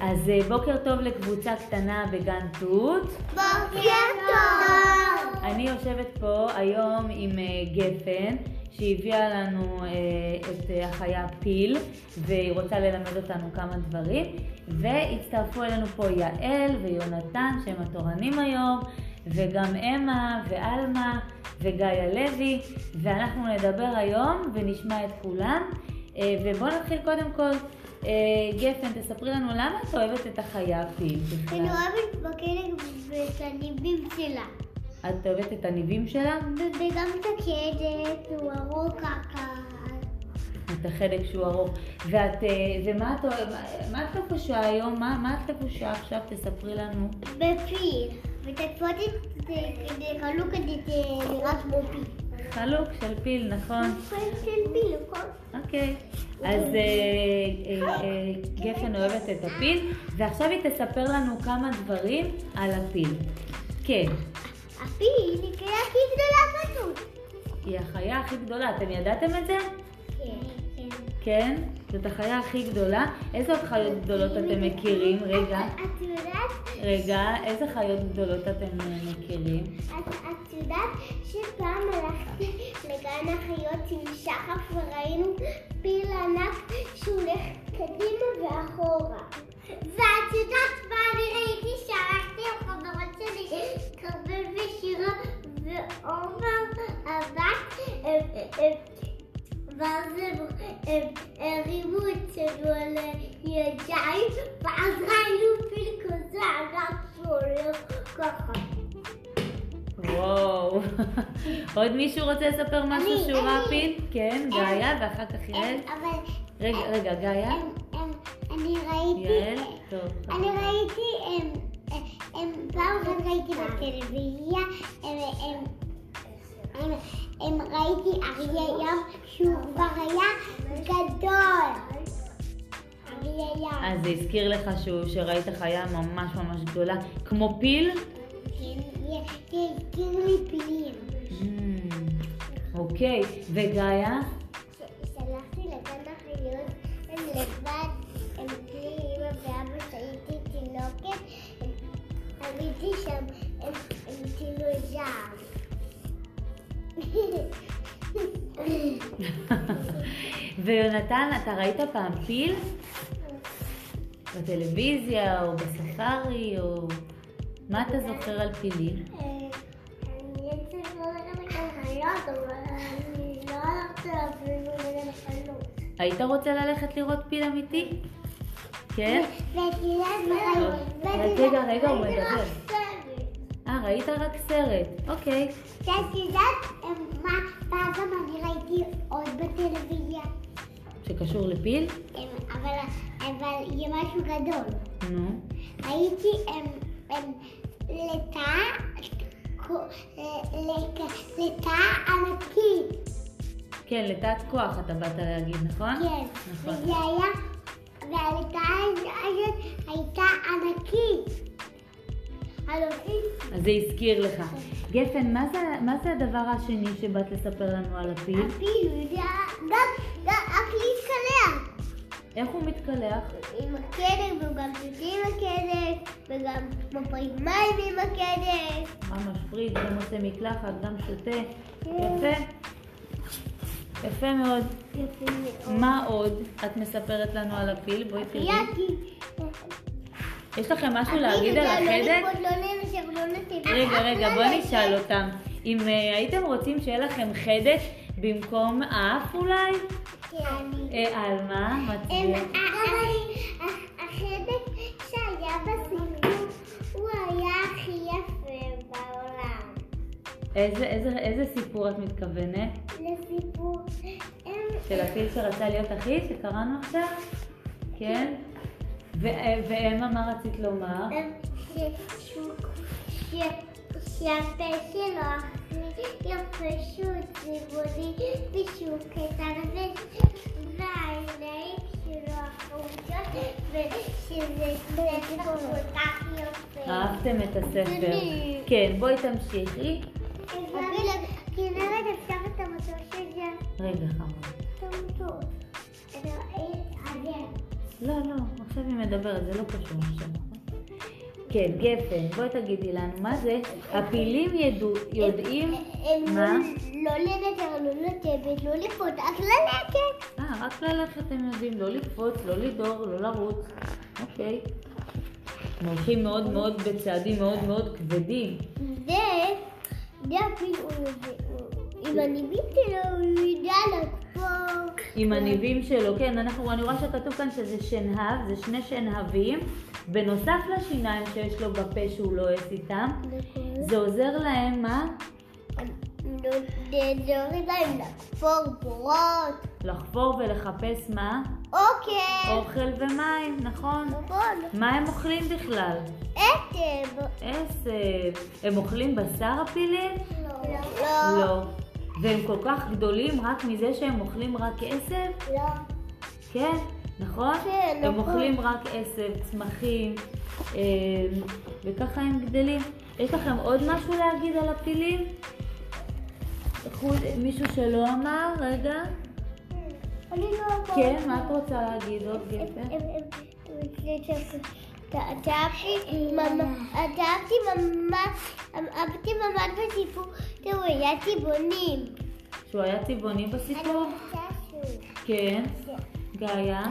אז אה, בוקר טוב לקבוצה קטנה בגן תות. בוקר טוב! אני יושבת פה היום עם אה, גפן, שהביאה לנו אה, את אה, החיה פיל, והיא רוצה ללמד אותנו כמה דברים. והצטרפו אלינו פה יעל ויונתן, שהם התורנים היום, וגם אמה ועלמה וגיא לוי, ואנחנו נדבר היום ונשמע את כולם. אה, ובואו נתחיל קודם כל. אה, גפן, תספרי לנו למה את אוהבת את החיה פיל אני בכלל? אוהבת בקרק ואת הניבים שלה. את אוהבת את הניבים שלה? וגם את הקרק, הוא ארוך ככה. את החלק שהוא ארוך. ואת, אה, ומה את, מה- מה את לבושה היום? מה, מה את לבושה עכשיו? תספרי לנו. בפי. ותקפות את זה חלוק כדי שנראה כמו פי. חלוק של פיל, נכון? חלק של פי, נכון? אוקיי. אז אה, אה, אה, גפן אוהבת את הפיל, ועכשיו היא תספר לנו כמה דברים על הפיל. כן, הפי היא נקראה הכי גדולה כזאת. היא החיה הכי גדולה. אתם ידעתם את זה? כן, זאת החיה הכי גדולה. איזה עוד חיות גדולות אתם מכירים? רגע, את יודעת רגע, איזה חיות גדולות אתם אה, מכירים? את, את יודעת שפעם הלכתי לגן החיות עם שחף וראינו פיל ענק שהולך קדימה ואחורה. ואת יודעת מה אני ראיתי? שלחתי לחברות שלי, כרמל ושירה ועומר הבת, הם- הם- ואז הם- הם הרימו אצלנו על הידיים, ואז ראינו פיל כזה ענק שהולך ככה. וואו. עוד מישהו רוצה לספר משהו אני, שהוא אני. ראה פיל? כן, אני. גאיה, ואחר כך יעל. אבל... רגע, רגע, גאיה? אמ, אמ, אני ראיתי... יעל? טוב. אני ראיתי... אמ, אמ, אמ, פעם אחת ראיתי בטלוויזיה... אמ, אמ, אמ, אמ, ראיתי אריה ים שהוא כבר היה גדול. אריה ים. אז זה הזכיר לך שהוא, שראית חיה ממש ממש גדולה, כמו פיל? כן, יה- זה הזכיר לי פילים. אמ, אוקיי, וגאיה? כשהלכתי לגן החיות הם לבד, הם בלי אמא ואבא שהייתי תינוקת, הם- הייתי שם, הם הם כאילו זעם. ויונתן, אתה ראית פעם פיל? בטלוויזיה, או בספארי, או... מה כן. אתה זוכר על פילים? אני רציתי ללכת לחיות, אבל אני לא הלכתי אפילו לחנות. היית רוצה ללכת לראות פיל אמיתי? כן? ואת יודעת מה טוב. ראיתי? רגע, רגע, הוא ראיתי מדבר. מחסרת. אה, ראית רק סרט, אוקיי. שאת יודעת אה, מה פעם גם אני ראיתי עוד בטלוויזיה, שקשור לפיל? אה, אבל, אבל יהיה משהו גדול. נו. ראיתי אה, אה, לטאה כו- אה, לק- לטאה ענקית, כן, לטעת כוח אתה באת להגיד, נכון? כן. נכון. וזה היה, והלטאה הזאת הייתה ענקית. אלופית, אז זה הזכיר לך. גפן, מה זה, מה זה הדבר השני שבאת לספר לנו על הפיל? אפילו, זה היה גם, גם הכלי קלח. איך הוא מתקלח? עם הכדק, וגם פיצים עם הכדק, וגם מפריד מים עם הכדק. גם מפריד, גם עושה מקלחת, גם שותה. יפה. יפה מאוד. יפה מאוד. מה עוד את מספרת לנו על הפיל? בואי תראי. יאקי. יש לכם משהו להגיד על החדק? לא לנשק, לא נתיב. רגע, רגע, בוא נשאל אותם. אם אה, הייתם רוצים שיהיה לכם חדק במקום אף אולי? כן, אה, על מה? מצביע. החדק אה, שהיה בסיפור הוא היה הכי יפה בעולם. איזה- איזה- איזה סיפור את מתכוונת? לסיפור... הם- של הפיל שרצה להיות אחי שקראנו עכשיו? כן? ו- אה, ואמה, מה רצית לומר? שהפה שלו הכי יפה שהוא צבעוני ושהוא קטן והעיניים שלו החרושות ושזה ספר כל כך יפה. אהבתם את הספר. אני. כן, בואי תמשיכי. אבל כנרת אפשר את המטוס הזה רגע, חמור. את המטוס. לא, לא, עכשיו עכשיו היא מדברת, זה לא קשור עכשיו, נכון? כן, גפן, בואי תגידי לנו, מה זה? הפילים ידעו, יודעים... הם- מה? הם לא לנדר, לא לשבת, לא לפות, רק ללכת. אה, רק ללכת הם יודעים, לא לקפוץ, לא לדור, לא לרוץ. אוקיי. הם הולכים מאוד מאוד בצעדים מאוד מאוד כבדים. זה, זה אפילו, אם אני ביטי לו, הוא ידע לחפור. עם הניבים שלו, כן, אנחנו, אני רואה שכתוב כאן שזה שנהב, זה שני שנהבים, בנוסף לשיניים שיש לו בפה שהוא לועס איתם, זה עוזר להם, מה? זה הוריד להם לחפור בורות. לחפור ולחפש מה? אוקיי. אוכל ומים, נכון? נכון. מה הם אוכלים בכלל? Eh, עשב. עשב. הם אוכלים בשר הפילים? לא. לא. והם כל כך גדולים רק מזה שהם אוכלים רק עשב? לא. כן, נכון? כן, הם נכון. אוכלים רק עשב, צמחים, אה, וככה הם גדלים. יש לכם עוד משהו להגיד על הפילים? חוץ- מישהו שלא אמר? רגע. אני לא אמרתי. כן, מה את רוצה להגיד עוד אה, גפן? אהבתי ממש, אהבתי ממש בסיפור, תראו, היה טבעונים. שהוא היה צבעוני בסיפור? כן. גאיה?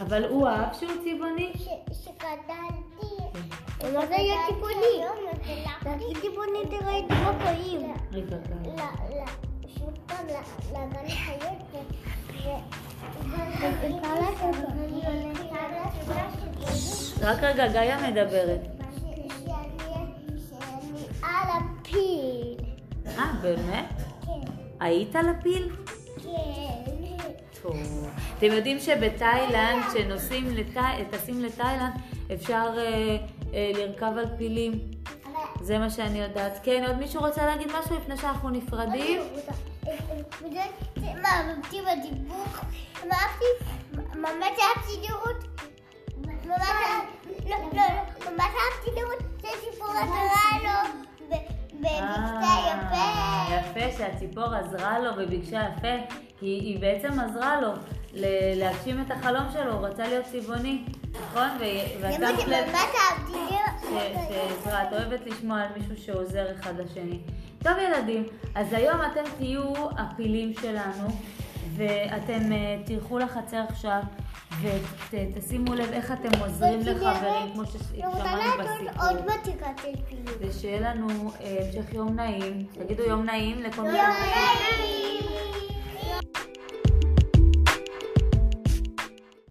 אבל הוא אהב שהוא צבעוני? שגדלתי. מה זה היה טבעוני? תגיד טבעוני תראה את בוקויים. רגע, גאיה. שוב פעם, לגן החיות. ובעיקר לטבעונים. רק רגע, גאיה מדברת. שאני על הפיל. אה, באמת? כן. היית על הפיל? כן. טוב. אתם יודעים שבתאילנד, כשנוסעים לתא- טסים לתאילנד, אפשר אה, אה, לרכב על פילים. זה מה שאני יודעת. כן, עוד מישהו רוצה להגיד משהו לפני שאנחנו נפרדים? מה, אהבתי בדיבוק? מה אהבתי? ממש אהבתי לראות? ממש אהבתי... לא, לא, לא. ממש אהבתי לראות שסיפור עזרה לו ובקצה אה, יפה. יפה שהציפור עזרה לו וביקשה יפה, כי היא בעצם עזרה לו ל- להגשים את החלום שלו, הוא רצה להיות צבעוני, נכון? ו- ואת זה מה שמת לב... שממש אהבתי ש- לראות. שעזרה, את אוהבת לשמוע על מישהו שעוזר אחד לשני. טוב ילדים, אז היום אתם תהיו הפילים שלנו, ואתם אה, תלכו לחצר עכשיו, ותשימו לב איך אתם עוזרים לחברים, כמו אני רוצה ששמענו לעשות עוד בסיפור. מתיקה של פילים. ושיהיה לנו אה, המשך יום נעים. תגידו יום נעים לכל יום מיני. נעים.